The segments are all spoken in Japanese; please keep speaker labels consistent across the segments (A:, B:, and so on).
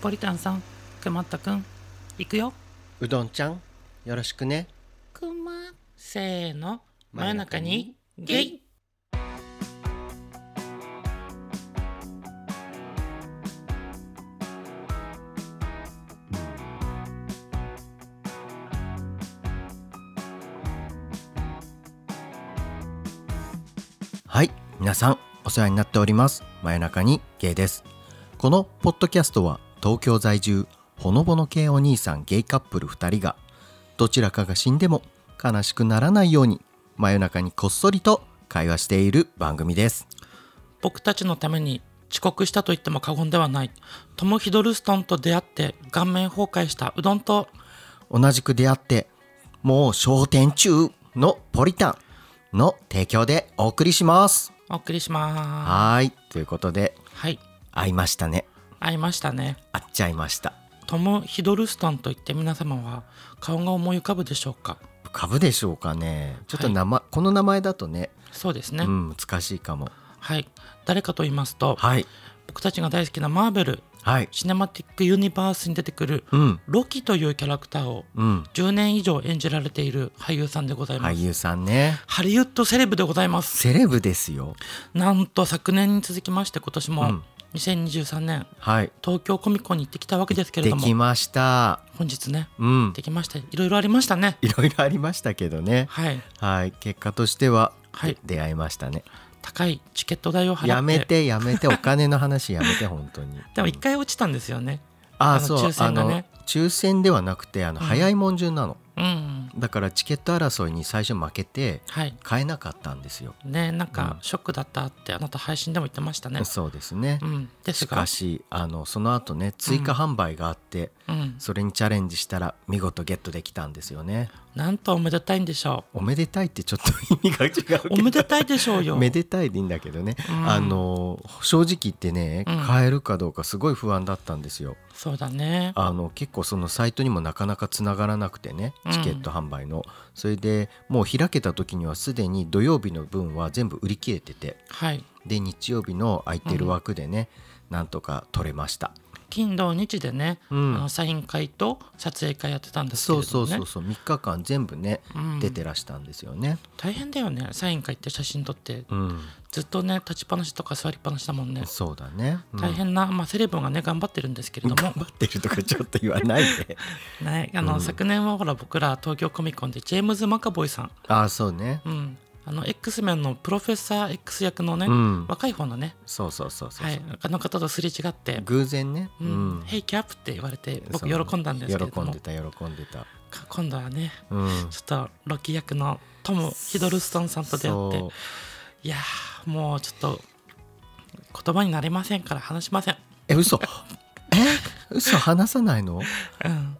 A: ポリタンさんくまったくんいくよ
B: うどんちゃんよろしくね
A: くませーの真夜中にゲイ
B: はい皆さんお世話になっております真夜中にゲイですこのポッドキャストは東京在住ほのぼの系お兄さんゲイカップル2人がどちらかが死んでも悲しくならないように真夜中にこっそりと会話している番組です
A: 僕たちのために遅刻したと言っても過言ではないトム・ヒドルストンと出会って顔面崩壊したうどんと
B: 同じく出会ってもう焦点中のポリタンの提供でお送りします
A: お送りしま
B: はーいということです
A: はい
B: 会いましたね
A: 会いましたね
B: 会っちゃいました
A: トム・ヒドルストンと言って皆様は顔が思い浮かぶでしょうか
B: 株でしょうかねちょっと名前、この名前だとね
A: そうですね、
B: うん難しいかも
A: はい誰かと言いますと
B: はい
A: 僕たちが大好きなマーベル
B: はい
A: シネマティック・ユニバースに出てくる
B: うん
A: ロキというキャラクターを
B: うん
A: 10年以上演じられている俳優さんでございます、
B: 俳優さんね
A: ハリウッドセレブでございます
B: セレブですよ
A: なんと昨年に続きまして今年
B: う
A: も
B: ん
A: 2023年
B: はい
A: 東京コミコンに行ってきたわけですけれ
B: で
A: ども
B: きました
A: 本日ね
B: うん
A: できましていろいろありましたね
B: いろいろありましたけどね
A: はい
B: はい結果としては、
A: はい
B: 出会いましたね
A: 高いチケット代を払って
B: やめてやめてお金の話 やめて本当に
A: でも一
B: うん
A: 回落ちたんですよね
B: あ
A: あ
B: あ
A: の
B: そう
A: 抽選がね
B: あの抽選ではなくてあの、
A: うん
B: 早いもん順なの
A: うん
B: だからチケット争いに最初負けて
A: はい
B: 買えなかったんですよ、
A: ねなんか
B: うん
A: ショックだったってあなた配信でも言ってましたね
B: そうですね
A: う、んです
B: し
A: が
B: かしあのその後ね追加販売があって、
A: うん
B: それにチャレンジしたら見事ゲットできたんですよね
A: なんとおめでたいんでしょ
B: おめでたいってちょっと意味が違うけ
A: う
B: ど
A: おめでたいでしょうよ
B: めでたいでいいんだけどね、
A: うん
B: あの正直言ってね
A: うん
B: 買えるかどうかすごい不安だったんですよ、
A: そうだね
B: あの結構そのサイトにもなかなかつながらなくてね
A: うん
B: チケット販売の、それでもう開けた時にはすでに土曜日の分は全部売り切れてて
A: はい
B: で日曜日の空いてる枠でね、なんとか取れました
A: 金土日でね、
B: うん
A: あのサイン会と撮影会やってたんですけ
B: そ
A: れ
B: う
A: ど
B: そ
A: も
B: う
A: ね
B: そうそう3日間全部ね、
A: うん
B: 出てらしたんですよね、
A: 大変だよねサイン会って写真撮って
B: うん、
A: ずっとね立ちっぱなしとか座りっぱなしだもんね
B: そうだね、うん
A: 大変な、まあ、セレブがね頑張ってるんですけれど
B: 頑
A: も
B: 張、ってるとかちょっと言わないで
A: ね、あの、
B: うん
A: 昨年はほら僕ら東京コミコンでジェームズ・マカボイさん、
B: ああそうね
A: うん、あの X メンのプロフェッサー X 役のね、
B: うん
A: 若い方のね、
B: そうそうそうそう、
A: はい、あの方とすれ違って
B: 偶然ね
A: 「うん、ヘイキャップ」って言われて僕
B: そう
A: 喜んだんですけれど
B: 喜ん
A: も
B: でた喜んでた
A: か今度はね
B: うん
A: ちょっとロキ役のトム・ヒドルストンさんと出会って
B: そう
A: いやーもうちょっと言葉になれませんから話しません、
B: え嘘え嘘話さないの
A: うん、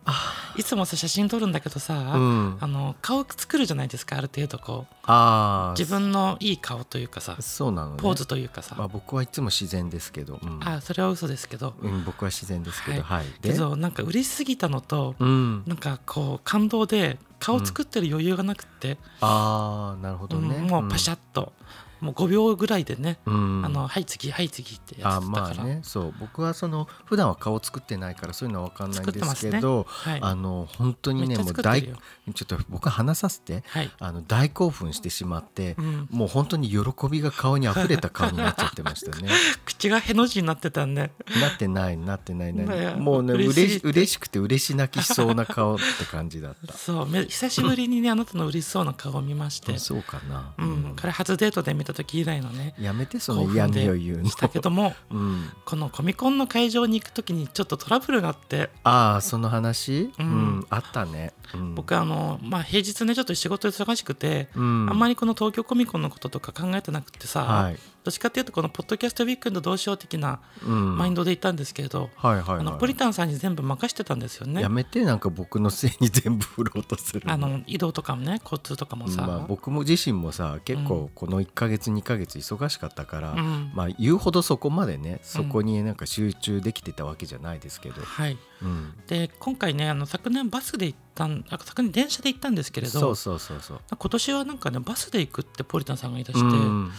A: いつもさ写真撮るんだけどさ、
B: うん
A: あの顔作るじゃないですかある程度こう
B: ああ
A: 自分のいい顔というかさ
B: そうなのね
A: ポーズというかさ、
B: まあ僕はいつも自然ですけど、うん
A: あそれは嘘ですけど、
B: うん、僕は自然ですけど
A: は
B: はい、
A: け
B: で
A: どなんか嬉しすぎたのと、
B: うん
A: なんかこう感動で顔作ってる余裕がなくって、
B: ああなるほど
A: うん
B: ね、
A: もうパシャッと、もう5秒ぐらいでね、
B: うん、
A: あのはい次はい次ってや
B: あ
A: ってたか
B: ま
A: ら、
B: あねそう僕はその普段は顔作ってないからそういうのは分かんないん
A: 作って
B: で
A: ますす
B: け
A: ね
B: ど
A: はい
B: あの本当
A: め
B: に
A: っ
B: ね
A: ちゃ
B: もう
A: 作って
B: 大
A: るよ
B: ちょっと僕話させて
A: はい、
B: あの大興奮してしまって
A: う、ん、
B: もう本当に喜びが顔に溢れた顔になっちゃってました ね
A: 口がへの字になってたんで
B: なってないなってないな
A: まあ
B: いもうね
A: 嬉
B: 嬉
A: しい
B: し嬉しくて嬉し泣きしそうな顔って感じだっ
A: そうめ久しぶりにねあなたの嬉しそうな顔を見まして
B: たそうかな、
A: うん、これ初デートで見た時以来のね
B: やめてそ
A: 興
B: の嫌
A: 奮で
B: みを言うの
A: したけど も
B: うん、
A: このコミコンの会場に行く時にちょっとトラブルがあって
B: ああその話、
A: う
B: うんんあったね、うん、
A: 僕あの、まあ、平日ねちょっと仕事忙しくて、
B: うん、
A: あんまりこの東京コミコンのこととか考えてなくてさ、
B: はい、
A: どっちかっていうとこのポッドキャストウィークエンドどうしよう的な
B: うん、
A: マインドでいたんですけれど、
B: はいはい、はい、
A: あのポリタンさんに全部任してたんですよね
B: や。めてなんか僕のせいに全部振ろうとする
A: あの移動とかもね交通とかもさ、
B: まあ、僕も自身もさ結構この1ヶ月2ヶ月忙しかったから、
A: うん
B: まあ、言うほどそこまでねそこになんか集中できてたわけじゃないですけど、
A: はい、
B: うん、
A: で今回ねあの昨年バスで行ったんあ昨年電車で行ったんですけれど
B: そうそうそうそう。
A: 今年はなんかねバスで行くってポリタンさんが言い出して、
B: うん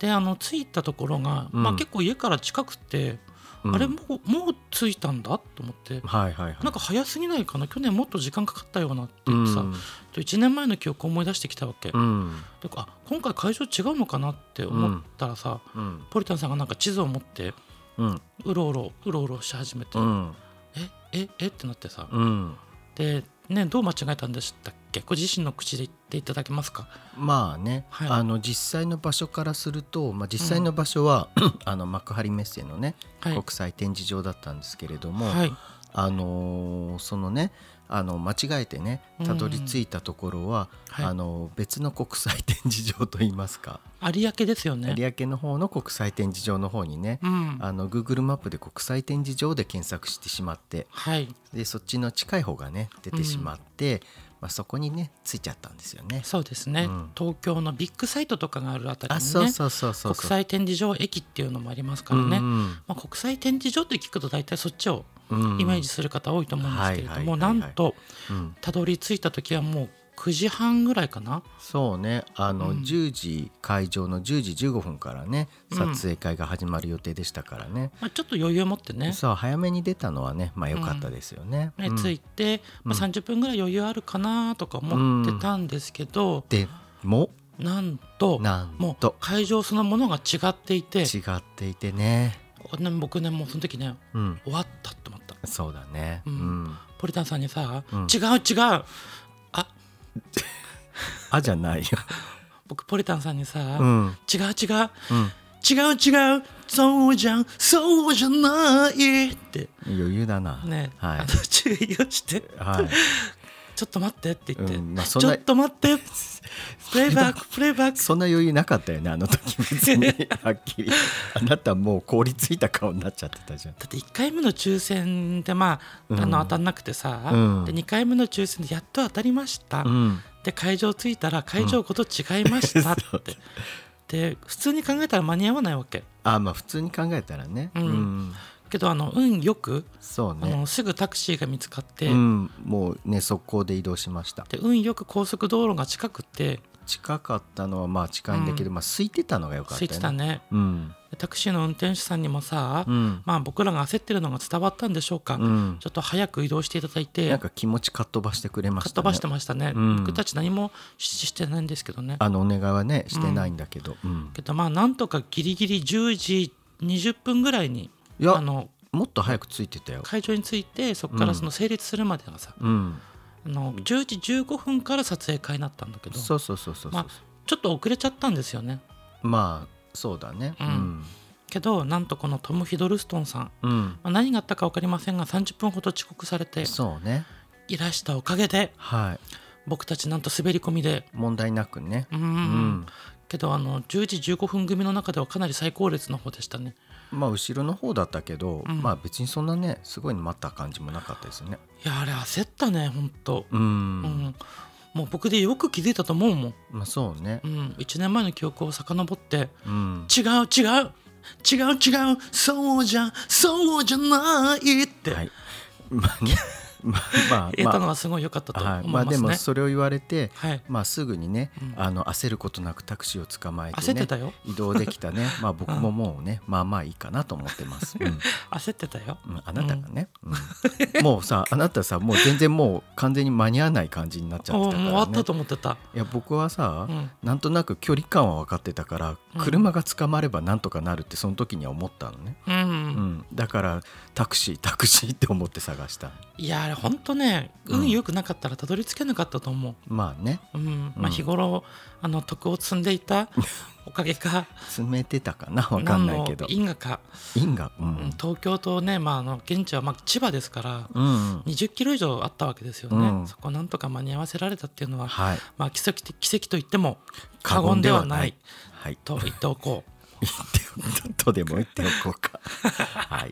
A: であの着いたところが、
B: うん
A: まあ、結構家から近くて
B: うん
A: あれもうもう着いたんだと思って
B: はいはいはい
A: なんか早すぎないかな去年もっと時間かかったようなって
B: う
A: 言ってさ、
B: ん
A: で1年前の記憶を思い出してきたわけ、
B: うん
A: であ今回会場違うのかなって思ったらさ、
B: うん
A: ポリタンさんがなんか地図を持って
B: うん
A: うろうろうろうろし始めて、
B: うん
A: えええってなってさ、
B: うん
A: でねどう間違えたんでしたっけご自身の口で言っていただけますか
B: まあね、
A: はい
B: あの実際の場所からすると、まあ、実際の場所 は、あの幕張メッセのね、
A: はい
B: 国際展示場だったんですけれども、
A: はい
B: あのーそのねあの間違えてねたどり着いたところは、
A: はい
B: あの別の国際展示場といいますか、
A: 有明ですよね
B: 有明の方の国際展示場の方にね、
A: うん
B: あの Google マップで国際展示場で検索してしまって
A: はい
B: でそっちの近い方がね出てしまって、まあ、そこにねついちゃったんですよね。
A: そうですね、
B: うん
A: 東京のビッグサイトとかがあるあたり
B: あ
A: にね
B: そうそうそうそうそう
A: 国際展示場駅っていうのもありますからね、
B: うんうん
A: まあ、国際展示場って聞くと大体そっちを
B: うん
A: イメージする方多いと思うんですけれども、
B: はいはいはいはい
A: なんと
B: うん
A: たどり着いた時はもう9時半ぐらいかな
B: そうねあの、
A: うん
B: 10時会場の10時15分からね
A: うん
B: 撮影会が始まる予定でしたからね、
A: まあ、ちょっと余裕を持ってね
B: そう早めに出たのはねまあ良かったですよね。
A: ね
B: うん
A: 着いて、まあ、
B: うん
A: 30分ぐらい余裕あるかなとか思ってたんですけど、
B: でも
A: なんと
B: なん
A: もう
B: と
A: 会場そのものが違っていて
B: 違っていてね、
A: ね僕ねもうその時ね
B: うん、
A: 終わったと思った
B: そうだね、
A: うん
B: うん
A: ポリタンさんにさ「
B: うん
A: 違う違う
B: あじ ゃないよ。
A: 僕ポリタンさんにさ、
B: うんうん
A: 違う違う違う違うそうじゃんそうじゃない」って
B: 余裕だな。
A: ね、
B: はい
A: あの注意をして
B: はい。
A: 「ちょっと待って」って言って「
B: うんまあ
A: ち
B: そん
A: ょ
B: な
A: っと待 って」プレイバックプレイバック
B: そんな余裕なかったよねあの時 別にはっきりあなたもう凍りついた顔になっちゃってたじゃん。
A: だって1回目の抽選でまあ,、
B: うん
A: あの当たんなくてさ、
B: うん
A: で2回目の抽選でやっと当たりました、
B: うん
A: で会場着いたら会場ごと違いましたって、
B: そう
A: で普通に考えたら間に合わないわけ
B: あまあ普通に考えたらね、
A: うんけどあの運よく、
B: そう
A: あ
B: ね、
A: のすぐタクシーが見つかって、
B: うん、もうね速攻で移動しました
A: で運よく高速道路が近くて
B: 近かったのはまあ近いんだけど、まあ空いてたのが良かった
A: 空
B: よ
A: いてたね
B: うん
A: でタクシーの運転手さんにもさ、
B: うん、
A: まあ、僕らが焦ってるのが伝わったんでしょうか、
B: うん
A: ちょっと早く移動していただいて
B: なんか気持ちかっ飛ばしてくれま
A: か
B: し、
A: った飛
B: ね、
A: ばしてましたね、
B: うん
A: 僕たち何もししてないんですけどね
B: あのお願いはねしてないんだけど、うん
A: けどまあなんとかギリギリ10時20分ぐらいに
B: いや
A: あの
B: もっと早くついてたよ、
A: 会場に着いてそこからその成立するまでがさ、
B: うん、
A: あの10時15分から撮影会になったんだけど
B: そうそうそうそうそう、
A: まあちょっと遅れちゃったんですよね
B: まあそうだねう
A: うんん、けどなんとこのトム・ヒドルストンさん、
B: うん
A: まあ、何があったか分かりませんが30分ほど遅刻されて
B: そうね
A: いらしたおかげで
B: はい
A: 僕たちなんと滑り込みで
B: 問題なくね、
A: うん、
B: うん
A: けどあの10時15分組の中ではかなり最高列の方でしたね
B: まあ後ろの方だったけど、
A: うん
B: まあ別にそんなねすごい待った感じもなかったですね
A: いやあれ焦ったねほんと、
B: うん、
A: うんもう僕でよく気づいたと思うもん、
B: まあそうね
A: うん、1年前の記憶を遡って
B: うん
A: 違う違う違う違うそうじゃそうじゃないって
B: はい、 まあね まあ
A: 言え
B: ま
A: たの
B: あま
A: がすごい良かったと
B: あ、はい、
A: 思い
B: まあ
A: ま
B: です
A: ね
B: もそれを言われて、
A: はい
B: まあすぐにね、
A: うん
B: あの焦ることなくタクシーを捕まえて,、ね、
A: 焦ってたよ
B: 移動できたね まあ僕ももうね、まあまあいいかなと思ってます、うん
A: 焦ってたよ
B: うんあなたがね、うんもうさあなたさもう全然もう完全に間に合わない感じになっちゃって
A: おもう
B: たから、ね、
A: 終わったと思ってた
B: いや僕はさ、
A: うん
B: なんとなく距離感は分かってたから
A: うん
B: 車が捕まればなんとかなるってその時には思ったのね、
A: うん、
B: うん、だからタクシータクシーって思って探した
A: いやあれほんとね
B: うん
A: 運良くなかったらたどり着けなかったと思
B: まあね
A: う、うん
B: う
A: まあ、
B: ん
A: 日頃あの徳を積んでいたおかげか
B: 詰めてたかな わかんないけど
A: 何の因果か、
B: 因がう
A: うん
B: ん、
A: 東京とね、まあ、あの現地はまあ千葉ですから
B: うん、
A: 20キロ以上あったわけですよね、
B: うん
A: そこをなんとか間に合わせられたっていうのは、
B: はい
A: まあ、奇跡的奇跡と言っても過言ではない
B: はい
A: と言っておこ う。
B: 言ってとでも言っておこ うかはい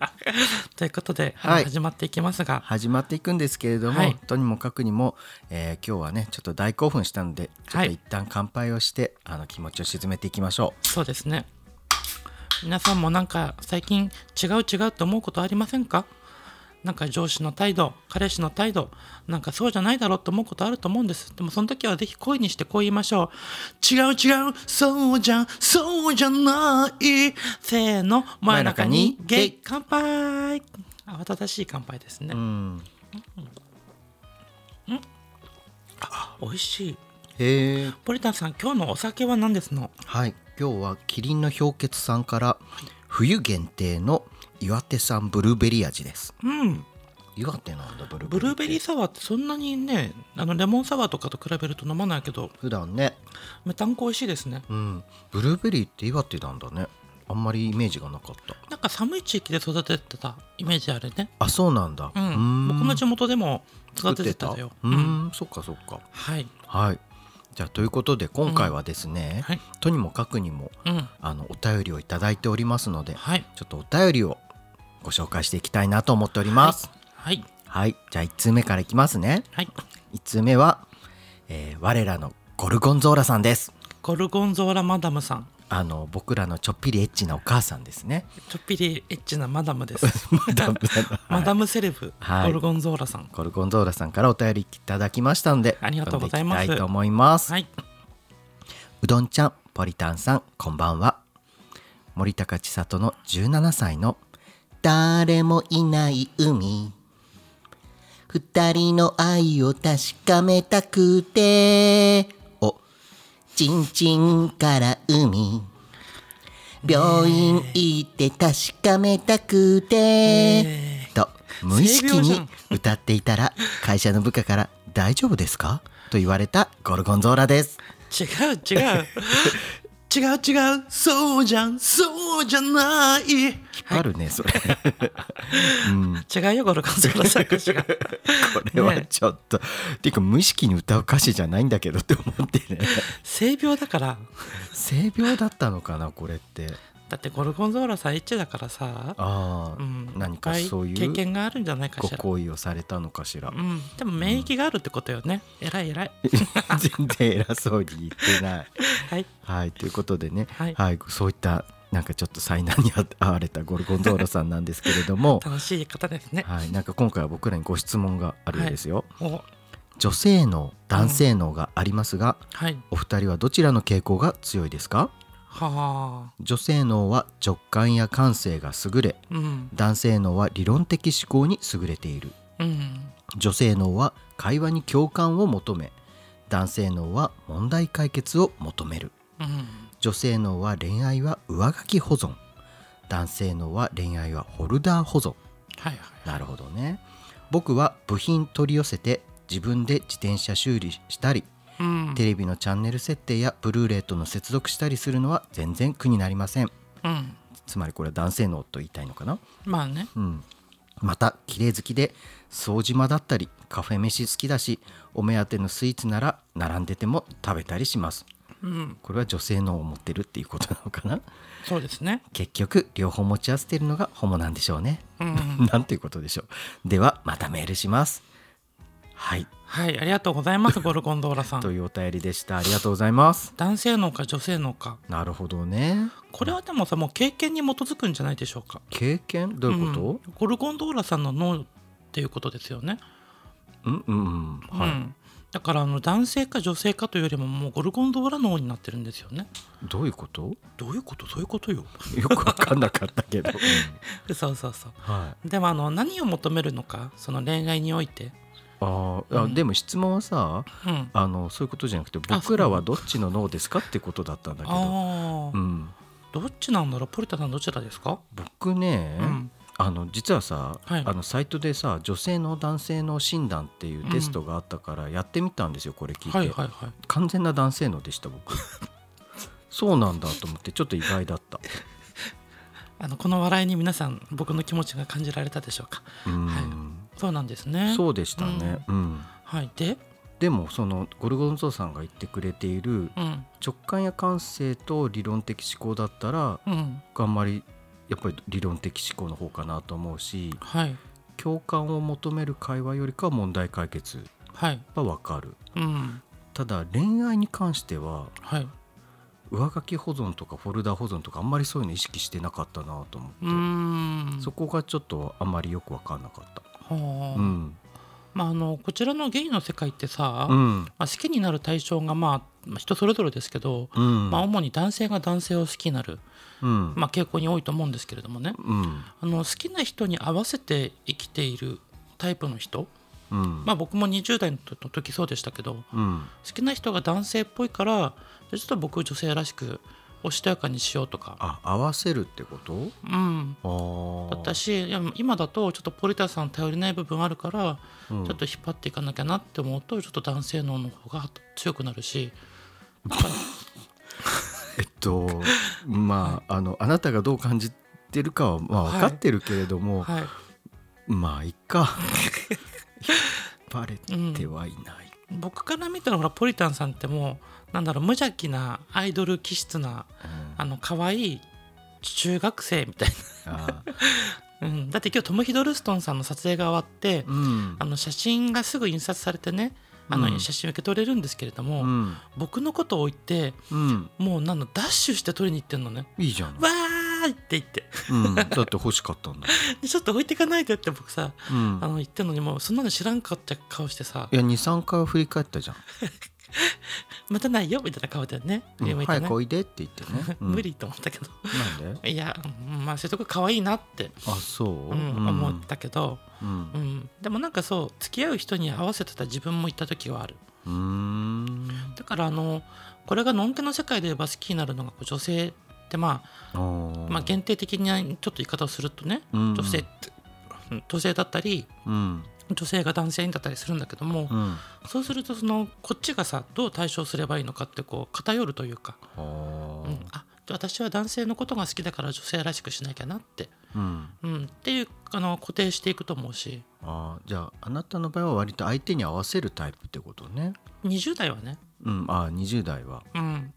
A: ということで、
B: はい
A: 始まっていきますが、
B: 始まっていくんですけれども、
A: はい
B: とにもかくにも、えー今日はねちょっと大興奮したのでちょっ
A: は
B: と
A: い
B: 一旦乾杯をして、あの気持ちを沈めていきましょ
A: そうですね皆さんもなんか最近違う違うと思うことありませんかなんか上司の態度彼氏の態度なんかそうじゃないだろうと思うことあると思うんですでもその時はぜひ声にしてこう言いましょう違う違うそうじゃそうじゃないせーの真
B: 真
A: ん中
B: ん中
A: に
B: に
A: ゲイ
B: ゲイ
A: 乾杯慌ただしい乾杯ですね、
B: うん
A: 美味しい
B: へえ
A: ポリタンさん今日のお酒は何ですの
B: はい今日はキリンの氷結さんから冬限定の岩手産ブルーベリー味です
A: うん
B: 岩手なんだブルー
A: ブ
B: ベ
A: ル
B: リー
A: ー
B: って
A: ベリーサワーってそんなにねあのレモンサワーとかと比べると飲まないけど
B: 普段ね
A: メタンコ美味しいですね
B: うんブルーベリーって岩手なんだねあんまりイメージがなかった
A: なんか寒い地域で育ててたイメージあるね
B: あそうなんだ
A: う
B: ー
A: ん僕の地元でも育ててたよ
B: う
A: うん
B: んそっかそっか
A: はい
B: はいじゃあということで今回はですね、
A: はい
B: とにもかくにも
A: うん
B: あのお便りをいただいておりますので
A: はい
B: ちょっとお便りをご紹介していきたいなと思っております
A: はい
B: はい、じゃあ1通目からいきますね
A: はい
B: 1通目は、えー我らのゴルゴンゾーラさんです
A: ゴルゴンゾーラマダムさん
B: あの僕らのちょっぴりエッチなお母さんです ね
A: ちょっぴりエッチなマダムです
B: マ ダム
A: マダムセレブ、
B: はい
A: ゴルゴンゾーラさん
B: ゴルゴンゾーラさんからお便りいただきましたので
A: ありがとうございます
B: 読んできたいと思います、
A: はいう
B: どんちゃんポリタンさんこんばんは森高千里の17歳の誰もいない海二人の愛を確かめたくてをちんちんから海病院行って確かめたくて、と無意識に歌っていたら会社の部下から「大丈夫ですか?」と言われたゴルゴンゾーラです
A: 違う違う違う違うそうじゃんそうじゃない
B: あるねそれ
A: 違うよゴルゴンゾーラさん歌詞が
B: これはちょっと、っていうか無意識に歌う歌詞じゃないんだけどって思ってね
A: 性病だから
B: 性病だったのかなこれって
A: だってゴルゴンゾーラさんエッチだからさ
B: ああ、
A: うん、
B: 何かそうい
A: っぱ経
B: う
A: 験があるんじゃないか
B: ご
A: しら、
B: 好意をされたのかしら
A: うん、でも免疫があるってことよね、偉い偉い
B: 全然偉そうに言ってない
A: はい
B: はいということでね、
A: はい
B: そういったなんかちょっと災難に遭われたゴルゴンゾーラさんなんですけれども
A: 楽しい方ですね
B: はい、なんか今回は僕らにご質問があるようですよ、
A: お
B: 女性能男性能がありますが、
A: はい
B: お二人はどちらの傾向が強いですか
A: はあ
B: 女性脳は直感や感性が優れ
A: うん
B: 男性脳は理論的思考に優れている
A: うん
B: 女性脳は会話に共感を求め男性脳は問題解決を求める
A: うん
B: 女性脳は恋愛は上書き保存男性脳は恋愛はホルダー保存
A: はいはい
B: なるほどね僕は部品取り寄せて自分で自転車修理したり
A: うん
B: テレビのチャンネル設定やブルーレイとの接続したりするのは全然苦になりません
A: うん
B: つまりこれは男性脳と言いたいのかな、
A: まあね
B: うん、また綺麗好きで掃除間だったりカフェ飯好きだしお目当てのスイーツなら並んでても食べたりします
A: うん
B: これは女性脳を持ってるっていうことなのかな
A: そうですね
B: 結局両方持ち合わせてるのがホモなんでしょうね、
A: うん
B: なんていうことでしょうではまたメールしますはい
A: はいありがとうございますゴルゴンゾーラさ
B: と
A: ん
B: いうお便りでしたありがとうございます
A: 男性のか女性のか
B: なるほどね
A: これはでもさもう経験に基づくんじゃないでしょうか
B: 経験どういうこ
A: うんゴルゴンゾーラさんの脳っていうことですよね
B: と、うん、うんうん
A: う
B: は
A: ん、だからあの男性か女性かというよりももうゴルゴンゾーラ脳になってるんですよね
B: いどういうこと
A: どういうことそういうことよ
B: よくわかんなかったけど、う ん
A: そうそうそう
B: はい
A: でもあの何を求めるのかその恋愛において
B: あーあ、
A: うん
B: でも質問はさ
A: うん
B: あのそういうことじゃなくて
A: あ
B: 僕らはどっちの脳ですかってことだったんだけど、
A: ああ、
B: うん、
A: どっちなんだろうポリタさんどちらですか
B: 僕ね、
A: うん
B: あの実はさ、
A: はい
B: あのサイトでさ女性の男性の診断っていうテストがあったからやってみたんですよこれ聞いて、
A: はいはいはい
B: 完全な男性脳でした僕 そうなんだと思ってちょっと意外だった、
A: あのこの笑いに皆さん僕の気持ちが感じられたでしょうか
B: うん
A: そうなんですね
B: そうでしたね、うん
A: はいで
B: でもそのゴルゴンゾーさんが言ってくれている
A: うん
B: 直感や感性と理論的思考だったら
A: うん
B: 僕あんまりやっぱり理論的思考の方かなと思うし
A: はい
B: 共感を求める会話よりかは問題解決
A: はい
B: は分かる
A: うん
B: ただ恋愛に関しては
A: はい
B: 上書き保存とかフォルダ保存とかあんまりそういうの意識してなかったなと思って、
A: うーん
B: そこがちょっとあんまりよく分かんなかった
A: はあ
B: うん
A: まあ、あのこちらのゲイの世界ってさ、
B: う
A: ま
B: ん
A: あ、好きになる対象が、まあ、まあ人それぞれですけど、
B: うん
A: まあ、主に男性が男性を好きになる、
B: うん
A: まあ、傾向に多いと思うんですけれどもね
B: うん
A: あの好きな人に合わせて生きているタイプの人、
B: うん
A: まあ、僕も20代の時そうでしたけど好
B: うん
A: きな人が男性っぽいからじゃあちょっと僕女性らしくおしとやかにしようとか、
B: あ合わせるってこと
A: うん、
B: ああ
A: だったしいや今だとちょっとポリタさん頼りない部分あるから、
B: うん
A: ちょっと引っ張っていかなきゃなって思うとちょっと男性能の方が強くなるし
B: えっとまああのあなたがどう感じてるかはまあ
A: はい
B: 分かってるけれども、
A: はい
B: まあいっ かバレてはいない、
A: 僕から見たらほらポリタンさんってもうなんだろう無邪気なアイドル気質な
B: うん
A: あの可愛い中学生みたい
B: あー
A: な、うん、だって今日トム・ヒドルストンさんの撮影が終わって、
B: うん
A: あの写真がすぐ印刷されてねあ
B: う
A: の
B: ん
A: 写真受け取れるんですけれども、
B: うん
A: 僕のことを置いて
B: うん
A: もうなんのダッシュして取りに行ってんのね。
B: いいじゃ ない、
A: わーいって言って
B: うん、だって欲しかったんだ、
A: でちょっと置いてかないでって僕さ
B: うん
A: あ、の言ってんのにもうそんなの知らんかった顔してさ
B: いや23回は振り返ったじゃん
A: またないよみたいな顔だよね
B: 「うん
A: 上向いて
B: 早
A: ね
B: くおいで」って言ってね、うん
A: 無理と思ったけど
B: なんで
A: いやうんまあそういうとこ可愛いなって、
B: あそう、
A: うん思ったけど、
B: うん
A: うん、でもなんかそう付き合う人に合わせてた自分もいた時はある
B: うーん
A: だからあのこれがのんけの世界で言えば好きになるのがこう女性ってま
B: あー
A: あまあ限定的にちょっと言い方をするとね
B: うん
A: 女性ってうん女性だったり
B: うん
A: 女性が男性にだったりするんだけども、
B: うんあ
A: そうするとそのこっちがさどう対処すればいいのかってこう偏るというか、うん、
B: ー
A: あ私は男性のことが好きだから女性らしくしなきゃなって、
B: うん
A: うん、っていうあの固定していくと思うし
B: あーじゃああなたの場合は割と相手に合わせるタイプってことね
A: 20代はね、
B: うんあー20代は
A: うん、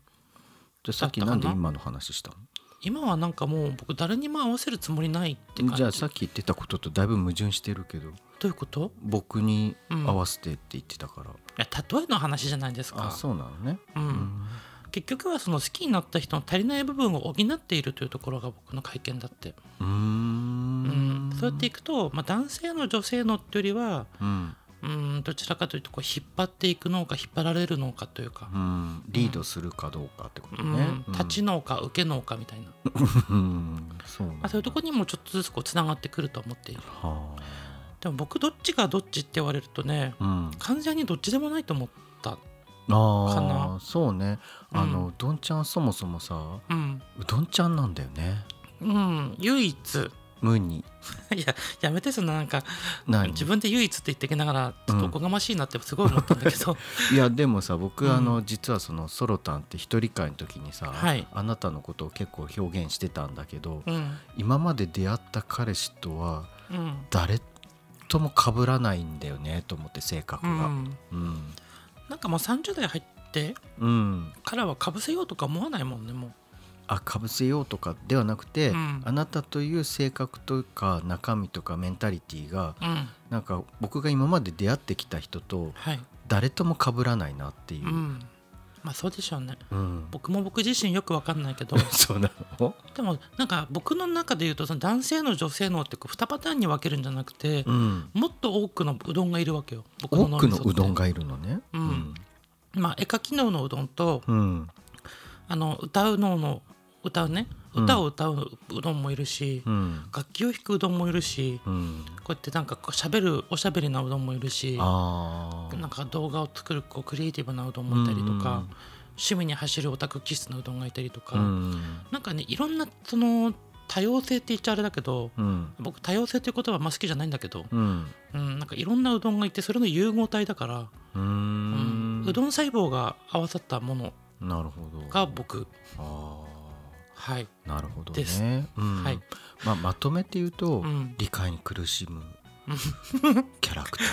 B: じゃあさっき
A: だった
B: な
A: かな
B: んで今の話したの
A: 今はなんかもう僕誰にも合わせるつもりないって感じ
B: じゃあさっき言ってたこととだいぶ矛盾してるけ
A: ど
B: ど
A: ういうこと
B: 僕に合わせてって言ってたから、
A: いや例えの話じゃないです
B: あ
A: か
B: そうなのね
A: う、ん、結局はその好きになった人の足りない部分を補っているというところが僕の会見だって、
B: うー
A: うんん、そうやっていくと、まあ、男性の女性のってよりは
B: うん、
A: うんどちらかというとこう引っ張っていくのか引っ張られるのかというか、
B: うん、リードするかどうかってこと
A: う
B: ね、
A: ん立ちのか受けのかみたいな、
B: うんそうなん
A: まあ、
B: だ
A: そういうとこにもちょっとずつこうつながってくると思っている
B: は
A: でも僕どっちがどっちって言われるとね
B: あ、うん、
A: 完全にどっちでもないと思ったか
B: あ
A: な
B: あそうね
A: うん
B: あの、うどんちゃんはそもそもさ
A: うん、
B: うどんちゃんなんだよね
A: うん、唯一
B: 無に
A: いややめてそのなんか
B: 何
A: 自分で唯一って言ってきながらちょっとおこがましいなってすごい思ったんだけ ど、
B: いやでもさ僕、
A: うん
B: あの実はそのソロタンって一人会の時にさ、
A: はい
B: あなたのことを結構表現してたんだけど、
A: うん
B: 今まで出会った彼氏とは
A: うん
B: 誰とも被らないんだよねと思って性格
A: う
B: が。
A: ん、
B: うん
A: なんかもう30代入って
B: うん
A: からはかぶせようとか思わないもんねもう
B: あかぶせようとかではなくて、
A: うん
B: あなたという性格とか中身とかメンタリティが
A: うん
B: なんか僕が今まで出会ってきた人と
A: はい
B: 誰とも被らないなっていうう、
A: んまあそうでしょうね
B: うん、
A: 僕も僕自身よくわかんないけど
B: そうなの、
A: でもなんか僕の中で言うとその男性の女性のってこう2パターンに分けるんじゃなくて、
B: うん、
A: もっと多くのうどんがいるわけよ僕
B: 多くの
A: 脳みそって
B: うどんがいるのね。
A: うんまあ絵描き脳のうどんと
B: うん
A: あの歌う脳の歌うね
B: うん
A: 歌を歌ううどんもいるし、
B: うん
A: 楽器を弾くうどんもいるし
B: うん
A: こうやってなんかこう喋るおしゃべりなうどんもいるし
B: あー
A: なんか動画を作るこうクリエイティブなうどんもいたりとか、
B: うんうん
A: 趣味に走るオタク気質のうどんがいたりとか、
B: うん
A: なんかねいろんなその多様性って言っちゃあれだけど
B: うん
A: 僕多様性っていう言葉あんま好きじゃないんだけど、
B: うん
A: うん、なんかいろんなうどんがいてそれの融合体だから、う
B: う
A: んんうどん細胞が合わさったもの
B: なるほど
A: が僕
B: あ
A: はい、
B: ーなるほど
A: です
B: ね、うん
A: はい
B: まあ、まとめて言うと、
A: うん、
B: 理解に苦し むキャラクター、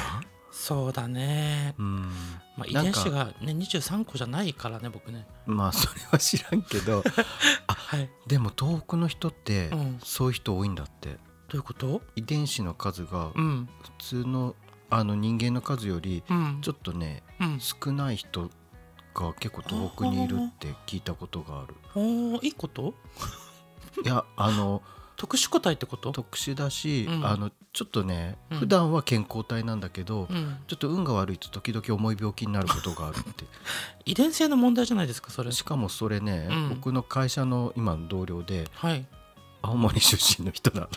A: そうだね、
B: うん
A: まあ、遺
B: なん
A: 伝
B: か
A: 子がね23個じゃないからね僕ね
B: まあそれは知らんけ ど
A: はい
B: でも東北の人って
A: うん
B: そういう人多いんだって、
A: どういうこと
B: 遺伝子の数が
A: うん
B: 普通のあの人間の数より
A: うん
B: ちょっとね
A: うん
B: 少ない人が結構東北にいるって聞いたことがある
A: おーいいこと
B: いやあの
A: 特殊個体ってこと
B: 特殊だし、
A: うん
B: あのちょっとね
A: うん
B: 普段は健康体なんだけど、
A: うん、
B: ちょっと運が悪いと時々重い病気になることがあるって
A: 遺伝性の問題じゃないですかそれ
B: しかもそれね、
A: うん
B: 僕の会社の今の同僚で
A: はい
B: 青森出身の人だ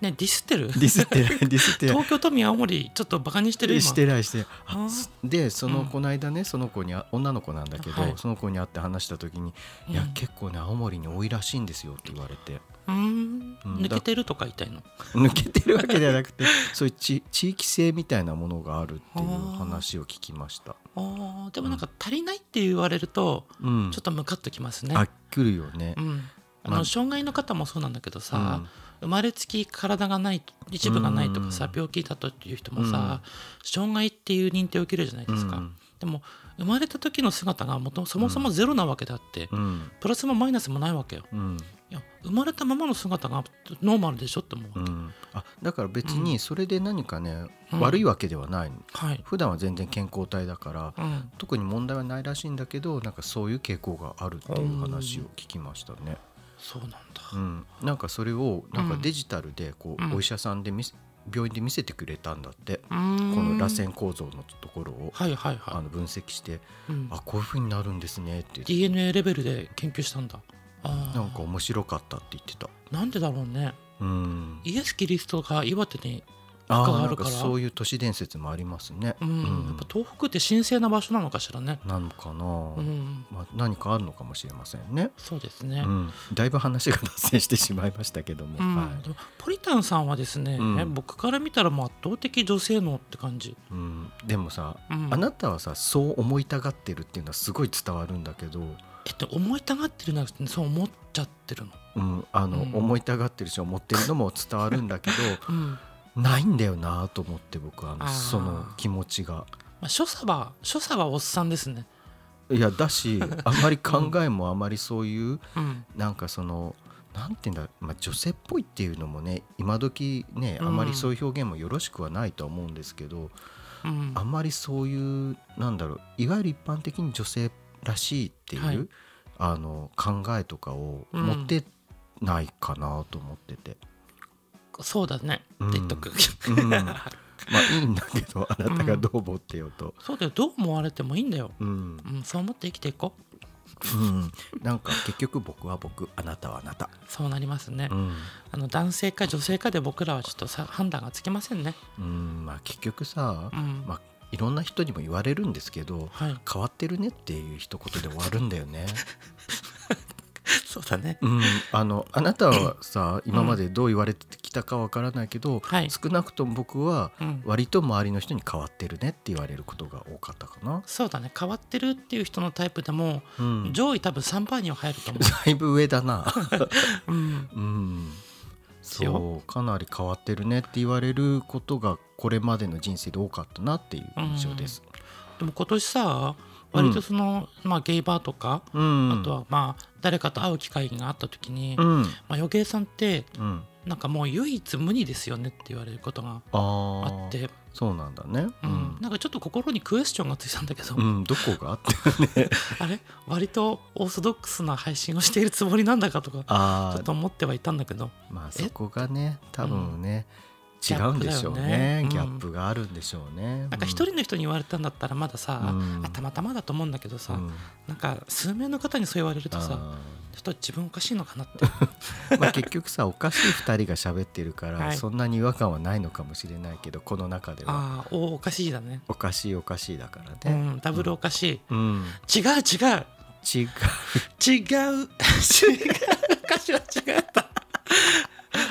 A: ねディスってる
B: ディスって ないディスってない
A: 東京都民青森ちょっとバカにしてる今
B: してないしてない
A: あ
B: あ
A: ー
B: でその
A: うん
B: この間ねその子にあ女の子なんだけど、
A: はい
B: その子に会って話した時に「いや
A: うん
B: 結構ね青森に多いらしいんですよ」って言われて
A: うーん
B: うん
A: 抜けてるとか言いたいの
B: 抜けてるわけじゃなく てそういう地地域性みたいなものがあるっていう
A: はあ
B: 話を聞きました。
A: あーでもなんか足りないって言われると
B: うん
A: ちょっとムカッときますね、
B: あ来るよね
A: う。ん、あ
B: まあ
A: の障害の方もそうなんだけどさ、
B: うん
A: 生まれつき体がない一部がないとかさ、
B: うん
A: 病気だとっていう人もさ、障害っていう認定を受けるじゃないですか、
B: うん
A: でも生まれた時の姿がもとそもそもゼロなわけだって、
B: うん
A: プラスもマイナスもないわけよ
B: うん
A: いや生まれたままの姿がノーマルでしょって思う、
B: うん、あだから別にそれで何かね、
A: うん
B: 悪いわけではないの
A: はい、
B: 普段は全然健康体だから
A: うん、
B: 特に問題はないらしいんだけどなんかそういう傾向があるっていう話を聞きましたね、
A: そうなんだ、
B: うん、なんかそれをなんか
A: うん
B: デジタルでこう、
A: うん
B: お医者さんで見せ病院で見せてくれたんだって、
A: うーん
B: この螺旋構造のところを、
A: はいはいは
B: あ
A: い、
B: の分析して
A: うん
B: あこういう風になるんですねって言って
A: DNA レベルで研究したんだあー
B: なんか面白かったって言ってた。
A: なんでだろうね
B: うん、
A: イエス・キリストが岩手に、
B: あ
A: 赤
B: ー
A: があ
B: なん
A: る
B: か
A: から
B: そういう都市伝説もありますね。
A: うんやっぱ東北って神聖な場所なのかしらね、
B: なのか
A: う
B: な、
A: ん、
B: まあ、何かあるのかもしれませんね。
A: そうですね、
B: うん、だいぶ話が脱線してしまいましたけども、
A: うん
B: はい
A: でもポリタンさんはですね、
B: うん
A: 僕から見たらもう圧倒的女性能って感じ、
B: うん、でもさ、
A: うん
B: あなたはさそう思いたがってるっていうのはすごい伝わるんだけど、
A: えっと思いたがってるなくてそう思っちゃってるの、
B: うんあの
A: うん
B: 思いたがってるし思ってるのも伝わるんだけ
A: うんま
B: どないんだよなと思って僕あの
A: あー
B: その気持ちが。
A: あ、所作は所作はおっさんですね、
B: いやだしあまり考えもあまりそういう
A: うん、
B: なんかその。なんていうんだ、まあ、女性っぽいっていうのもね今時ねあまりそういう表現もよろしくはないとは思うんですけど、
A: うん
B: あんまりそういうなんだろういわゆる一般的に女性らしいっていう、
A: はい
B: あの考えとかを
A: うん
B: 持ってないかなと思ってて、
A: そうだねって言っとく、
B: うんまあいいんだけどあなたがどう思ってようと、
A: そうだよどう思われてもいいんだよ、
B: うん
A: うん、そう思って生きていこう
B: うんなんか結局僕は僕あなたはあなた、
A: そうなりますね、
B: うん
A: あの男性か女性かで僕らはちょっとさ判断がつきませんね
B: うんまあ、結局さ、
A: うん
B: まあ、いろんな人にも言われるんですけど
A: はい
B: 変わってるねっていう一言で終わるんだよね。
A: そうだね
B: うん、あのあなたはさ今までどう言われてきたかわからないけど、
A: はい
B: 少なくとも僕は
A: うん
B: 割と周りの人に変わってるねって言われることが多かったかな。
A: そうだね変わってるっていう人のタイプでも
B: うん、だ
A: 上位多分3パーには入ると 思
B: いぶ上だな。
A: う、うん、
B: うん、
A: すよ
B: そうかなり変わってるねって言われることがこれまでの人生で多かったなっていう印象です。
A: でも今年さ割とその、まあ、ゲイバーとか、
B: うん、
A: あとはまあ誰かと会う機会があった時に、
B: う
A: ま
B: ん、
A: あ、余計さんって
B: うん、
A: なんかもう唯一無二ですよねって言われることが
B: あ
A: あ
B: あ
A: って、
B: そうなんだね。
A: う
B: うんん、
A: なんかちょっと心にクエスチョンがついたんだけど、
B: うん、どこがあ って。
A: あれ割とオーソドックスな配信をしているつもりなんだかとか
B: あ
A: ちょ
B: あ
A: っと思ってはいたんだけど
B: まあ
A: え
B: そこがね多分ね、
A: ギ
B: 違
A: ャップだよね
B: うんでしょうね
A: うん
B: ギャップがあるんでしょうね。
A: なんか一人の人に言われたんだったらまださ、
B: うん
A: あたまたまだと思うんだけどさ、
B: うん
A: なんか数名の方にそう言われるとさ
B: あ
A: ちょっと自分おかしいのかなって
B: ーまあ結局さおかしい2人が喋ってるから、
A: はい
B: そんなに違和感はないのかもしれないけどこの中では
A: ああおおかしいだね
B: おかしいおかしいだから
A: う
B: ね。
A: んダブルおかしい、
B: うん
A: 違う違う
B: 違う
A: 違う違う歌詞は違った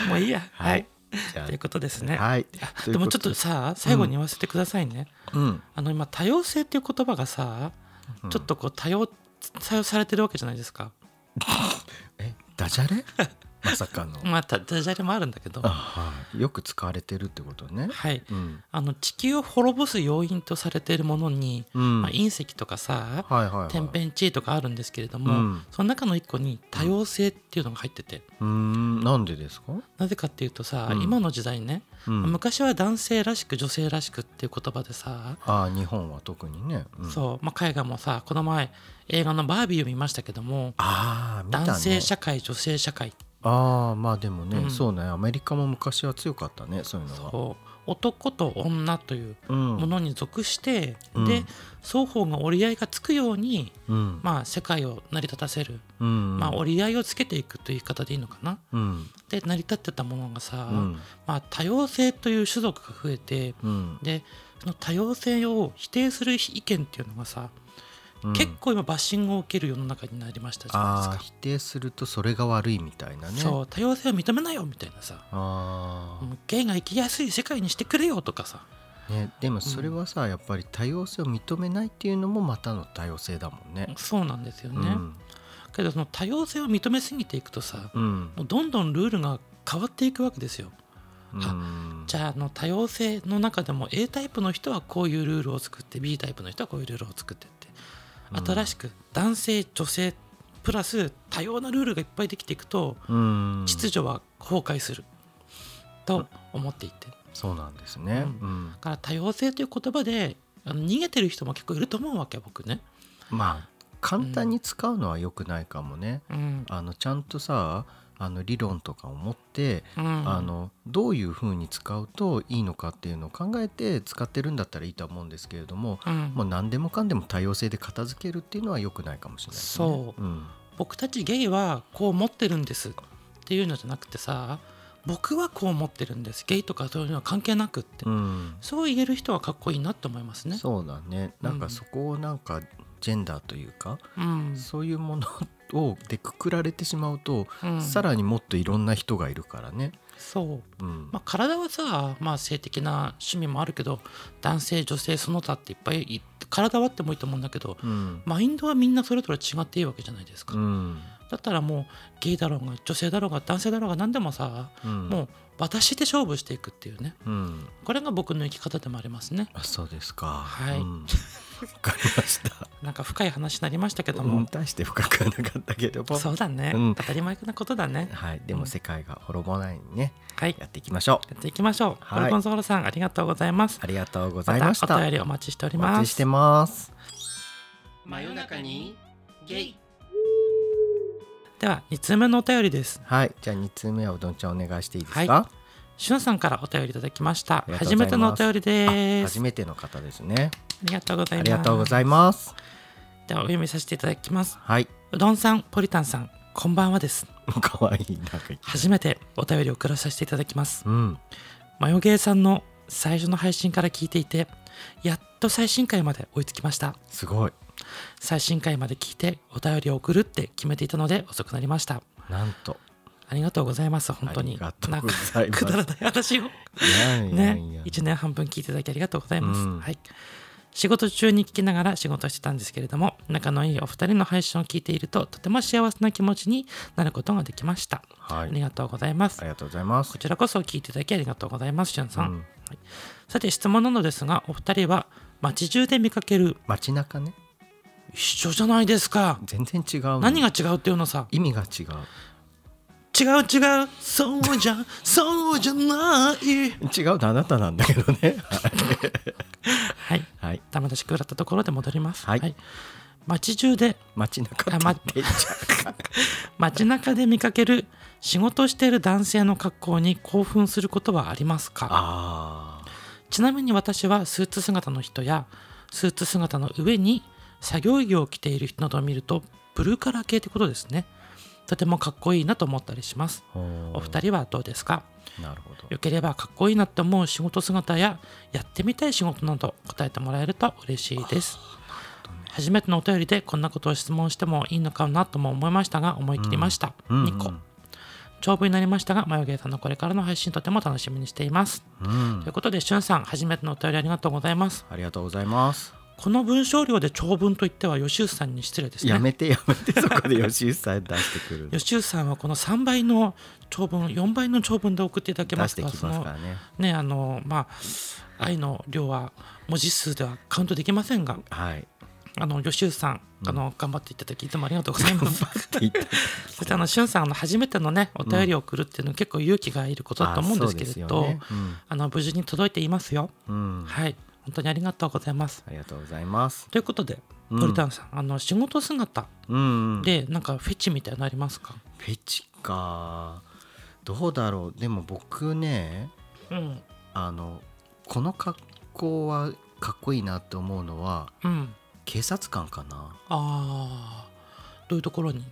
A: もういいや
B: は
A: はいい、
B: じゃあ
A: ということですね、
B: はい
A: あで
B: というこ
A: もちょっとさ最後に言わせてくださいね、
B: うん
A: あの今多様性っていう言葉がさ、
B: うん
A: ちょっとこう多様採用されてるわけじゃないですか
B: えダジャ レまさかの、
A: まあたダジャレもあるんだけど
B: あはいよく使われてるってことね。
A: はい
B: うん
A: あの地球を滅ぼす要因とされているものに、
B: うん
A: まあ、隕石とかさ、
B: はいはいはい、
A: 天変地異とかあるんですけれども、
B: うん
A: その中の一個に多様性っていうのが入ってて、
B: うーんなんでですか、
A: なぜかっていうとさ、
B: うん
A: 今の時代ね、
B: うん
A: 昔は男性らしく女性らしくっていう言葉でさ、
B: ああ日本は特にね、うん
A: そう、まあ、海外もさこの前映画の「バービー」を見ましたけども、
B: ああ見たね
A: 男性社会女性社会っ
B: ああまあでもね、
A: うん
B: そうねアメリカも昔は強かったねそういうのは
A: そう男と女という
B: う、ん
A: ものに属して、
B: うん
A: で双方が折り合いがつくように、
B: うん
A: まあ、世界を成り立たせる、
B: うん
A: まあ、折り合いをつけていくという言い方でいいのかな。
B: うん
A: で成り立ってたものがさ、
B: うん
A: まあ、多様性という種族が増えて
B: うん
A: でその多様性を否定する意見っていうのがさ、
B: うん
A: 結構今バッシングを受ける世の中になりましたじゃない
B: ああ
A: ですか。
B: 否定するとそれが悪いみたいなね
A: そう多様性を認めなよみたいなさ
B: あ
A: もうゲイが生きやすい世界にしてくれよとかさ
B: あ、ね、でもそれはさ、やっぱり多様性を認めないっていうのもまたの多様性だもんね。
A: そうなんですよ
B: う
A: ね、
B: ん
A: けどその多様性を認めすぎていくとさ
B: うん
A: もうどんどんルールが変わっていくわけですよ
B: うん
A: じゃああの多様性の中でも A タイプの人はこういうルールを作って B タイプの人はこういうルールを作ってって
B: うん
A: 新しく男性女性プラス多様なルールがいっぱいできていくと
B: うん
A: 秩序は崩壊すると思っていてだ
B: そうなんですね。
A: う
B: うん
A: から多様性という言葉であの逃げてる人も結構いると思うわけ僕ね。
B: まあ簡単に使うのは良くないかもね。
A: うん
B: あのちゃんとさあの理論とかを持って、
A: うん
B: あのどういうふうに使うといいのかっていうのを考えて使ってるんだったらいいとは思うんですけれども、
A: うん
B: もう何でもかんでも多様性で片付けるっていうのは良くないかもしれないですね。
A: そう
B: うん
A: 僕たちゲイはこう思ってるんですっていうのじゃなくてさ僕はこう思ってるんですゲイとかそういうのは関係なくって、
B: うん
A: そう言える人はかっこいいなって思いますね。
B: そうだねなん
A: う
B: か
A: ん
B: そこをなんかジェンダーというか、
A: うん
B: そういうものをでくくられてしまうと、
A: うん
B: さらにもっといろんな人がいるからね。
A: そう、
B: うん
A: まあ、体はさ、まあ、性的な趣味もあるけど男性女性その他っていっぱいい体はあってもいいと思うんだけど
B: うん
A: マインドはみんなそれぞれ違っていいわけじゃないですか、
B: うん
A: だったらもうゲイだろうが女性だろうが男性だろうが何でもさ、
B: うん
A: もう私で勝負していくっていうね
B: うん
A: これが僕の生き方でもありますね
B: あそうですか。
A: はい
B: うんわかりました。
A: なんか深い話になりましたけど
B: う
A: も
B: ん、大して深くはなかったけども。
A: そうだね、
B: うん
A: 当たり前なことだね
B: はい、でも世界が滅ぼないようにね、
A: はい
B: やっていきましょう。
A: やっていきましょう、
B: はい
A: オルゴンソールさんありがとうございます
B: ありがとうございました。
A: お便りお待ちしており
B: お
A: ます
B: 待ちしてます。
A: 真夜中にゲイでは2通目のお便りです
B: はい、じゃあ二通目はうどんちゃんお願いしていいですか。
A: はしゅんさんからお便りいただきました
B: ありがとう
A: 初
B: ございます
A: めてのお便りで
B: 初
A: す
B: めての方ですね。
A: ありがとうござい
B: あ
A: ます
B: りがとうございます。
A: ではお読みさせていただきます
B: はい、
A: うどんさんポリタンさんこんばんはです
B: 可愛いなんか言って。
A: 初めてお便りを送らさせていただきます
B: うん、
A: マヨゲーさんの最初の配信から聞いていてやっと最新回まで追いつきました
B: すごい。
A: 最新回まで聞いてお便りを送るって決めていたので遅くなりました
B: なんと。
A: ありがとうございます本当に
B: ありがとうございます
A: なんかくだらない話を
B: いやいやい
A: ね
B: や
A: 1年半分聞いていただきありがとうございます、
B: うん
A: はい仕事中に聞きながら仕事してたんですけれども仲のいいお二人の配信を聞いているととても幸せな気持ちになることができました、
B: は
A: あり
B: い。
A: がとうございます
B: ありがとうございます
A: こ。ちらこそ聞いていただきありがとうございますしゅんさん、
B: うん
A: はいさて質問なのですがお二人は街中で見かける
B: 街中ね、
A: 一緒じゃないですか
B: 全然違うの。
A: 何が違うっていうのさ
B: 意味が違う。
A: 違う違うそうじゃそうじゃない
B: 違うのあなたなんだけ どね。
A: はい
B: はい。
A: ダメ出し食らったところで戻ります。
B: はい
A: 街中で
B: 街中って
A: あ
B: 言
A: ま
B: ってんじゃん
A: 街中で見かける仕事している男性の格好に興奮することはありますか
B: あ
A: ちなみに私はスーツ姿の人やスーツ姿の上に作業着を着ている人などを見るとブルーカラー系ってことですねとてもかっこいいなと思ったりします
B: あ。お
A: お二人はどうですか
B: 人。なるほど。
A: よければかっこいいなって思う仕事姿ややってみたい仕事など答えてもらえると嬉しいです。初めてのお便りでこんなことを質問してもいいのかなとも思いましたが思い切りました。
B: うん
A: 2個。長文になりましたが、マヨゲーさんのこれからの配信とても楽しみにしています。
B: うん
A: という。ことで、しゅんさん、初めてのお便りありがとうございます。
B: ありがとうございます。
A: この文章量で長文と言っては、吉内さんに失礼ですね。
B: やめてやめてそこで吉井さん出してくる。
A: 吉内さんはこの3倍の長文、4倍の長文で送っていただけ
B: 出
A: ま
B: し
A: す
B: てき
A: か
B: ますからね。
A: ねあのまあ愛の量は文字数ではカウントできませんが
B: はい。
A: あの吉内さん、あの頑張っていただきいつもありがとうござい ます。
B: って言った
A: そしてあの俊さんあの初めてのねお便りを送るっていうのは結構勇気がいることだと思うんですけれど、
B: あそうですよねうん
A: あの無事に届いていますよ。
B: うん。
A: はい本当にありがとうございます。
B: ありがとうございます。
A: ということで、
B: うん
A: 鳥谷さん、あの仕事姿
B: うん、うん。
A: でなんかフェチみたいなのありますか？
B: フェチか。どうだろう。でも僕ね、
A: うん、
B: あのこの格好はかっこいいなって思うのは
A: うん、
B: 警察官かな。
A: ああ、どういうところに？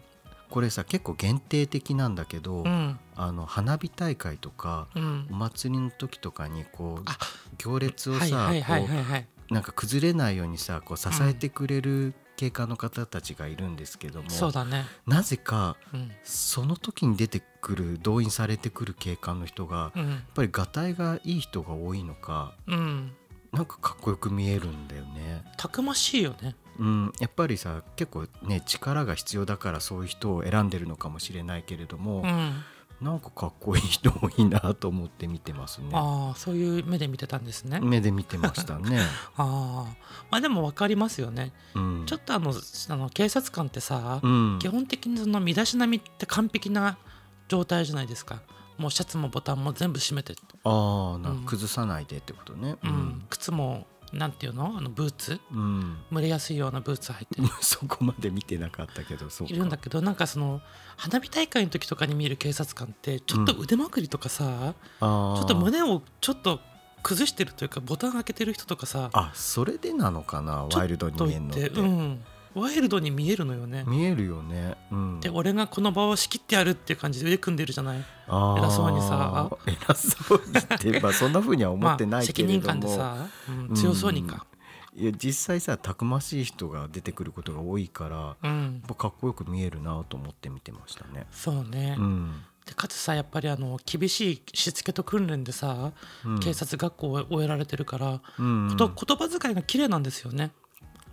B: これさ結構限定的なんだけど、
A: うん、
B: あの花火大会とか
A: うん
B: お。祭りの時とかにこう
A: あ
B: 行列を
A: はい
B: さ
A: はいはい
B: こ
A: はいはい。
B: うなんか崩れないようにさこう支えてくれる警官の方たちがいるんですけども、
A: そうだね。
B: なぜか
A: うん、
B: その時に出てくる動員されてくる警官の人がやっ
A: うん、
B: ぱりがたいがいい人が多いのか
A: うん。
B: なんかかっこよく見えるんだよね。
A: たくましいよね。
B: うん、やっぱりさ結構ね力が必要だからそういう人を選んでるのかもしれないけれども、
A: うん。あ
B: なんかかっこいい人多いなと思って見てますね。
A: あー、そういう目で見てたんですね。
B: 目で見てまし たね。
A: ああ、まあでもわかりますよね。
B: うん、
A: ちょっとあのあの警察官ってさ、
B: うん、
A: 基本的にその身だしなみって完璧な状態じゃないですか。もうシャツもボタンも全部閉めて、
B: ああ、な
A: うん
B: 崩さないでってことね。
A: うん、靴もなんていうの、あのブーツ、
B: うん、うん、
A: 蒸れやすいようなブーツ履いて。
B: そこまで見てなかったけど、そうか。
A: いるんだけどなんかその花火大会の時とかに見る警察官ってちょっと腕まくりとかさ、
B: あ
A: ち
B: あ、
A: ょっと。胸をちょっと崩してるというかボタン開けてる人とかさ
B: あ、それでなのかな、ワイルドに見えるのって。
A: ちょっと言うん、ワイルドに見えるのよね、
B: 見えるよね。うん。
A: で俺がこの場を仕切ってやるっていう感じで腕組んでるじゃない
B: あー
A: 偉そうにさ。
B: 偉そう にって、まあ、そんな風には思って
A: ま
B: な
A: あ、
B: いけ
A: 責
B: れ
A: 任
B: ど
A: 感で
B: も。
A: さ、うん
B: うん
A: 強そうにか、
B: いや、実際さ、たくましい人が出てくることが多いから。や
A: うん
B: っぱかっこよく見えるなと思って見てましたね。
A: そうね、
B: うん。
A: でかつさやっぱりあの厳しいしつけと訓練でさ、
B: うん
A: 警察学校を終えられてるから、
B: う
A: こ
B: ん、
A: と言葉遣いが綺麗なんですよね、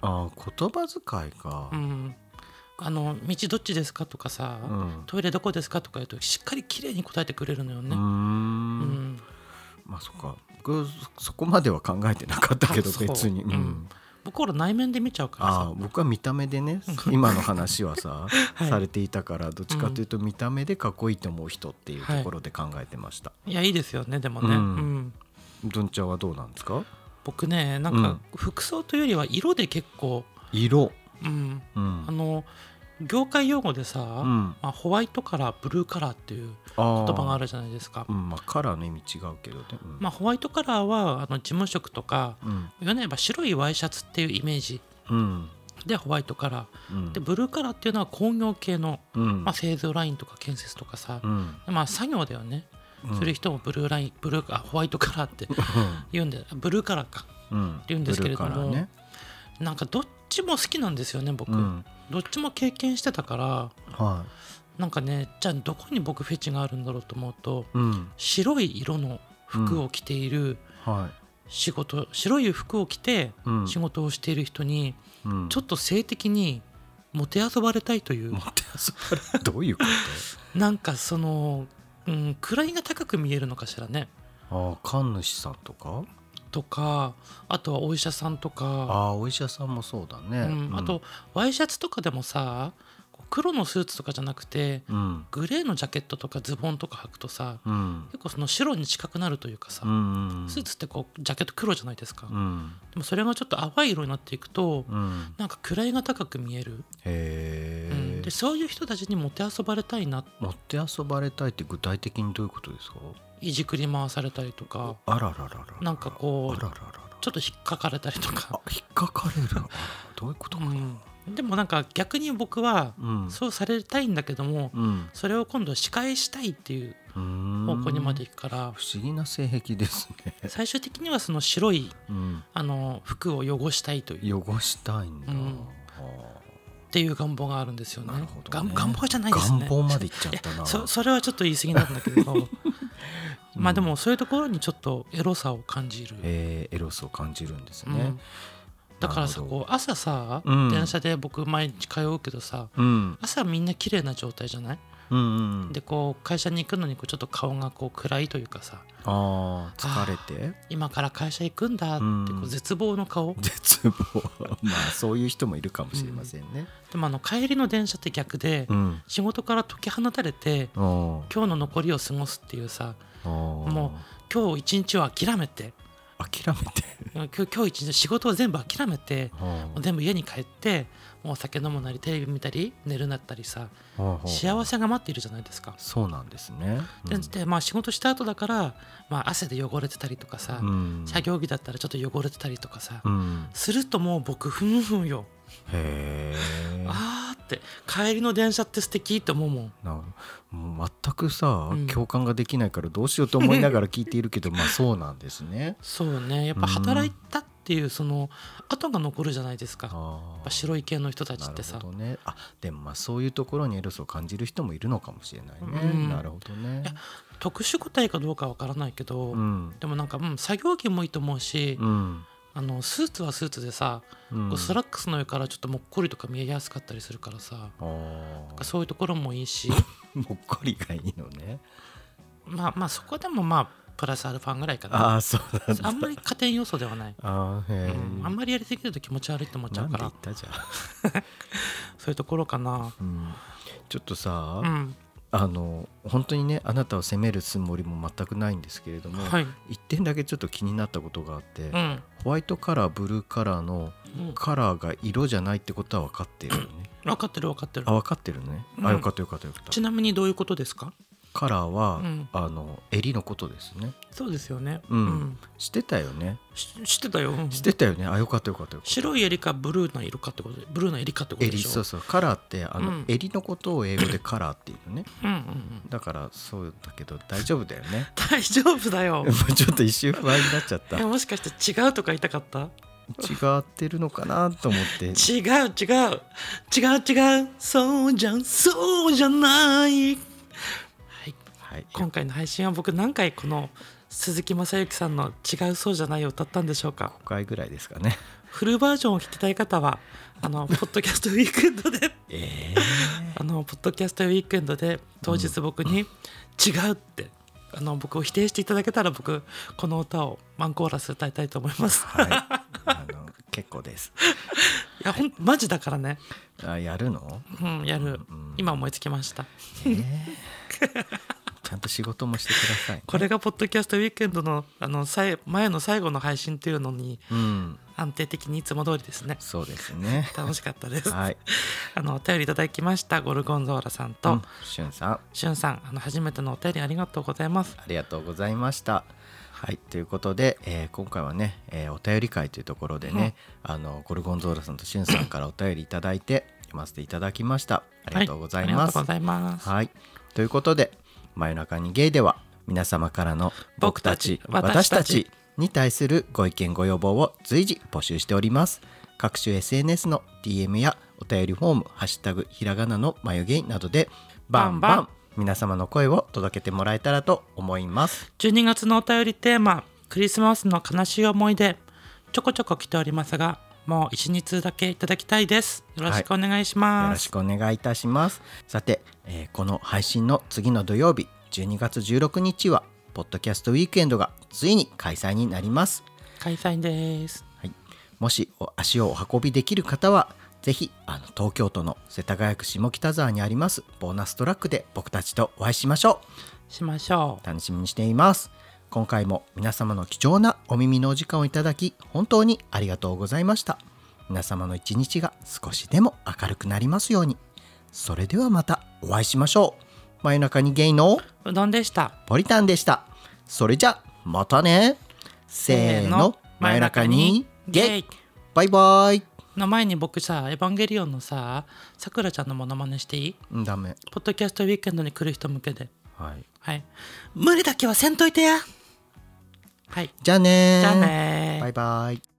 B: ああ、言葉遣いか
A: う。ん、あの道どっちですかとかさ、
B: うん
A: トイレどこですかとか言うとしっかり綺麗に答えてくれるのよ
B: う。
A: ね、うんん、
B: まあそっか僕そそこまでは考えてなかったけど
A: あそう
B: 別に、うん
A: うん僕ほら内面で見ちゃうから
B: ああ
A: さ
B: 僕は見た目でね今の話はさ、
A: はい
B: されていたからどっちかというと見た目でかっこいいと思う人っていうところで考えてました、
A: いやいいですよねでもね、
B: う
A: うんん
B: どんちゃんはどうなんですか
A: 僕ねなんか服装というよりは色で結構、
B: 色
A: うん、
B: うん
A: あの業界用語でさ、
B: うん
A: まあ、ホワイトカラーブルーカラーっていう
B: あ
A: 言葉があ
B: る
A: るじゃないですか
B: うんまあカラーの意味違うけどね、うん
A: まあ、ホワイトカラーはあの事務職とか
B: うん
A: いわば白いワイシャツっていうイメージ
B: うん
A: でホワイトカラ
B: う
A: ー
B: ん
A: でブルーカラーっていうのは工業系の、
B: うん
A: まあ、製造ラインとか建設とかさ
B: う、ん
A: まあ、作業だよね、
B: うん
A: する人もブルーラインブルーあホワイトカラーって言うんでブルーカラーか
B: うん
A: 言うんですけれども
B: ブルーカラーね
A: なんかどっちも好きなんですよね僕、
B: うん
A: どっちも経験してたから
B: は
A: なんかねじゃあどこに僕フェチがあるんだろうと思うと
B: いうん
A: 白い色の服を着ている
B: はい
A: 仕事、白い服を着て
B: うん
A: 仕事をしている人に
B: うん
A: ちょっと性的にもてあそばれたいという
B: 持って遊ばれるどういうこと
A: なんかその、うん、位が高く見えるのかしらね
B: ああ神主さんとか
A: とかあとはお医者さんとか
B: ああお医者さんもそうだね、
A: あ,、うん、あとワイシャツとかでもさこう黒のスーツとかじゃなくて
B: うん
A: グレーのジャケットとかズボンとか履くとさ
B: うん
A: 結構その白に近くなるというかさ、
B: うん
A: スーツってこうジャケット黒じゃないですか、
B: う
A: で
B: ん
A: もそれがちょっと淡い色になっていくと、
B: うん
A: なんか位が高く見える、う
B: へえ、
A: んでそういう人たちにもてあそばれたいな
B: 持って遊ばれたいって具体的にどういうことですか
A: いじくり回されたりとか
B: あららららら
A: なんかこ
B: あ
A: う
B: らららら
A: ちょっと引っかかれたりと
B: あ
A: か、
B: 引っかかれる あらどういうことかな
A: うん、でもなんか逆に僕は
B: うん
A: そうされたいんだけども、
B: うん
A: それを今度仕返したいっていう
B: うーん
A: 方向にまで行くから、
B: 不思議な性癖ですね、
A: 最終的にはその白い
B: うん、
A: あの服を汚したいという
B: 汚したいんだ、
A: うん
B: あ
A: っていう願望があるんですよ
B: ーなる
A: ね
B: ほど
A: 願
B: ね、
A: 願望じゃないですね
B: 願望までいっちゃっ
A: いや
B: たな
A: そそれはちょっと言い過ぎなんだけ ど、まあでもそういうところにちょっとエロさを感じる、
B: えーエロスを感じるんです
A: う
B: ね
A: ん。だからさ
B: なるほ
A: こう朝さ、
B: うん
A: 電車で僕毎日通うけどさ
B: うん、
A: 朝みんな綺麗な状態じゃない
B: うんうんうん
A: でこう会社に行くのにこうちょっと顔がこう暗いというかさ
B: あー疲れて
A: 今から会社行くんだってこ
B: うん
A: う絶望の顔、
B: 絶望 まあそういう人もいるかもしれませんね。
A: でもあの帰りの電車って逆で、
B: うん、
A: 仕事から解き放たれて
B: うん、
A: 今日の残りを過ごすっていうさ
B: も
A: もう今日一日を諦めて
B: 諦めて、
A: 今日今日一日仕事を全部諦めて
B: は
A: もう全部家に帰ってもうお酒飲むなりテレビ見たり寝るなったりさ
B: あはあ
A: 幸せが待っているじゃないですか。
B: そうなんですね、
A: ででまあ、仕事した後だから、まあ、汗で汚れてたりとかさ、
B: うん
A: 作業着だったらちょっと汚れてたりとかさ、
B: うん、
A: するともう僕ふんふんよ、
B: へえ
A: あーって帰りの電車って素敵って思うもん
B: なもう全くさ、
A: うん
B: 共感ができないからどうしようと思いながら聞いている けどまあそうなんですね。
A: そうねやっぱ働いたっていうその後が残るじゃないですか、やっ
B: あ
A: ぱ白い系の人たち
B: な
A: って
B: る
A: さ
B: ほどね。あでもまあそういうところにエロスを感じる人もいるのかもしれないね。
A: うん
B: なるほどね
A: い。や特殊個体かどうかわからないけど、
B: うん
A: でもなんか、うん、作業着もいいと思うし、
B: うん
A: あのスーツはスーツでさ、
B: うん
A: こうスラックスの上からちょっともっこりとか見えやすかったりするからさ
B: あ
A: なんか
B: ー
A: そういうところもいい し
B: もっこりがいいのね。
A: まあまあそこでもまあプラスアルファぐらいかな
B: ああそうなんだ。
A: あんまり加点要素ではない、
B: あーへえ、
A: うんあんまりやりすぎると気持ち悪いって思っちゃ
B: な
A: うんか
B: で言
A: ら
B: ったじゃん。
A: そういうところかな
B: うんちょっとさ、
A: うん
B: あの本当にねあなたを責めるつもりも全くないんですけれども、
A: はい
B: 一点だけちょっと気になったことがあって、
A: うん
B: ホワイトカラーブルーカラーの
A: うん
B: カラーが色じゃないってことは分かってるよね
A: 分かってる分かってる
B: あ分かってるね、
A: うん
B: あよかったよかったよかった
A: ちなみにどういうことですか
B: カラーは、
A: うん
B: あの襟のことですね
A: そうですよね
B: うんしてたよね
A: し知ってたよ、うん
B: してたよねあよかったよかったよかった
A: 白いエリかブルーな色かってことでブルーなエリかってことで
B: 襟
A: しょ
B: そうそうカラーってあの、
A: うん
B: 襟のことを英語でカラーっていうのね
A: うんうんうん
B: だからそうだけど大丈夫だよね
A: 大丈夫だよ
B: もうちょっと一瞬不安になっちゃった
A: えもしかして違うとか言いたかった
B: 違ってるのかなと思って
A: 違う違う違う違うそうじゃんそうじゃない、はい、
B: はい
A: 今回の配信は僕何回この鈴木雅之さんの「違うそうじゃない」を歌ったんでしょうか
B: 5回ぐらいですかね
A: フルバージョンを聞きたい方はあ のポッドキャストウィークエンドで
B: え
A: あのポッドキャストウィークエンドで当日僕に「違う」ってあの僕を否定していただけたら僕この歌をマンコーラス歌いたいと思います。
B: ー、はいあの結構です
A: いやほんマジだからね、
B: あやるの
A: うん、やる今思いつきました。
B: ちゃんと仕事もしてください、
A: これがポッドキャストウィークエンドのあのさい前の最後の配信というのに
B: うん
A: 安定的にいつも通りですね
B: そうです ね
A: 楽しかったです、
B: はい
A: あのお便りいただきましたゴルゴンゾーラさん
B: う
A: と、
B: んしゅんさん
A: しゅんさんあの初めてのお便りありがとうございます
B: ありがとうございましたはいということで、えー今回はね、えーお便り会というところでね、あのゴルゴンゾーラさんとしゅんさんからお便りいただいて読ませていただきましたありがとうござい
A: はあり
B: ま
A: が
B: す、
A: とうございます
B: はい。ということで、真夜中にゲイでは、皆様からの僕たち、
A: 僕た
B: 私
A: ち
B: たちに対するご意見ご要望を随時募集しております。各種 SNS の DM やお便りフォーム、ハッシュタグひらがなの眉毛などで、バンバ
A: バン
B: ン皆様の声を届けてもらえたらと思います。
A: 12月のお便りテーマクリスマスの悲しい思い出ちょこちょこ来ておりますがもう1日だけいただきたいですよろしくお願いし
B: よ
A: ま
B: ろ
A: す
B: し、くお願いいたします。さて、えーこの配信の次の土曜日、12月16日は、ポッドキャストウィークエンドがついに開催になります。
A: 開催です
B: はい、もしお足をお運びできる方はぜひあの東京都の世田谷区下北沢にありますボーナストラックで僕たちとお会いしましょ
A: しましょ
B: う楽しみにしています今回も皆様の貴重なお耳のお時間をいただき本当にありがとうございました皆様の一日が少しでも明るくなりますようにそれではまたお会いしましょう真夜中にゲイの
A: ううどんでした
B: ポリタンでしたそれじゃまたねせーの真夜中にゲイバイバイ
A: の前に僕さ「エヴァンゲリオン」のささくらちゃんのモノマネしていい
B: うんダメ
A: ポッドキャストウィークエンドに来る人向けで
B: はい
A: はい無理だけはせんといてやはい
B: じゃあねー
A: じゃあねー
B: バイバイ